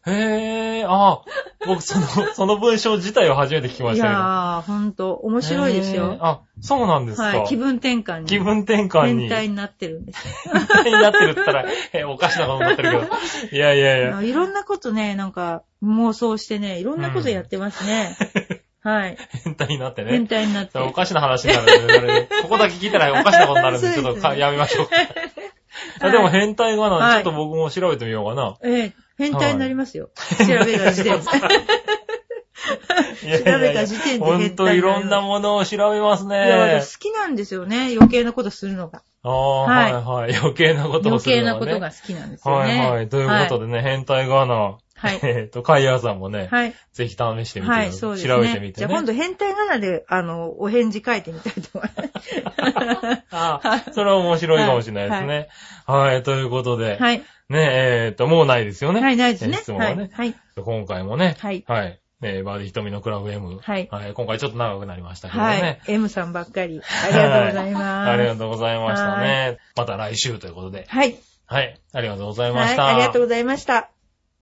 [SPEAKER 2] へぇー、あ僕その、
[SPEAKER 1] [LAUGHS]
[SPEAKER 2] その文章自体を初めて聞きま
[SPEAKER 1] い
[SPEAKER 2] したけど。
[SPEAKER 1] やー、ほんと、面白いです
[SPEAKER 2] へー
[SPEAKER 1] よ。
[SPEAKER 2] あ、そうなんですか。
[SPEAKER 1] はい、気分転換に。
[SPEAKER 2] 気分転換に。
[SPEAKER 1] 変態になってるんですよ
[SPEAKER 2] [LAUGHS] 変態になってるって言ったら、えおかしなことになって
[SPEAKER 1] [LAUGHS]
[SPEAKER 2] るけど。いやいやい
[SPEAKER 1] あ
[SPEAKER 2] や。
[SPEAKER 1] のいろんなことね、なんか、妄想してね、いろんなことやってますね。
[SPEAKER 2] [LAUGHS]
[SPEAKER 1] はい。
[SPEAKER 2] 変態になって
[SPEAKER 1] 変
[SPEAKER 2] ね。
[SPEAKER 1] 態になっ
[SPEAKER 2] そ
[SPEAKER 1] て。
[SPEAKER 2] れおかしな話になるんでそれここだけ聞いたらおかしなことになるんで、ち
[SPEAKER 1] そうですね [LAUGHS]
[SPEAKER 2] ょっとかやめましょうか。いやでも変態がな、
[SPEAKER 1] はい
[SPEAKER 2] ちょっと僕も調べてみようかな。
[SPEAKER 1] ええ変態になりますよ。調べた時点で。
[SPEAKER 2] [LAUGHS] いやい
[SPEAKER 1] 調
[SPEAKER 2] や
[SPEAKER 1] べ
[SPEAKER 2] いや
[SPEAKER 1] た時点で
[SPEAKER 2] ほん
[SPEAKER 1] 変
[SPEAKER 2] と
[SPEAKER 1] 態
[SPEAKER 2] いろんなものを調べます
[SPEAKER 1] いや、
[SPEAKER 2] ね。
[SPEAKER 1] 私好きなんですよね。余計なことするのが。
[SPEAKER 2] ああ、はいはい。余計なことを
[SPEAKER 1] 余
[SPEAKER 2] する
[SPEAKER 1] 計
[SPEAKER 2] のね。
[SPEAKER 1] なことが好きなんですよ
[SPEAKER 2] は
[SPEAKER 1] ね。
[SPEAKER 2] いはい。ということでね、変態側の、
[SPEAKER 1] はい
[SPEAKER 2] [LAUGHS] えっと、カイヤーさんもね、
[SPEAKER 1] はい。
[SPEAKER 2] ぜひ試してみて、
[SPEAKER 1] はい、そうですね。
[SPEAKER 2] 調べてみてね。
[SPEAKER 1] じゃあ今度変態仮名で、あの、お返事書いてみたいと思い
[SPEAKER 2] [LAUGHS]
[SPEAKER 1] ます。
[SPEAKER 2] ああ、それは面白いかもしれないですね。はい、ということで、
[SPEAKER 1] はい。
[SPEAKER 2] ねえ、えっと、もうないですよね。
[SPEAKER 1] はい、ないですね
[SPEAKER 2] えー。質問
[SPEAKER 1] は。
[SPEAKER 2] はいね。
[SPEAKER 1] はい。
[SPEAKER 2] 今回もね、
[SPEAKER 1] はい
[SPEAKER 2] はい。ねえ、バーディ瞳のクラブ M。
[SPEAKER 1] はい
[SPEAKER 2] 今回ちょっと長くなりましたけど
[SPEAKER 1] はい、
[SPEAKER 2] ね。
[SPEAKER 1] M さんばっかり。ありがとうございます。
[SPEAKER 2] ありがとうございましたね。また来週ということで。
[SPEAKER 1] はい。
[SPEAKER 2] はい。ありがとうございま
[SPEAKER 1] は
[SPEAKER 2] し
[SPEAKER 1] い、
[SPEAKER 2] た。
[SPEAKER 1] ありがとうございました。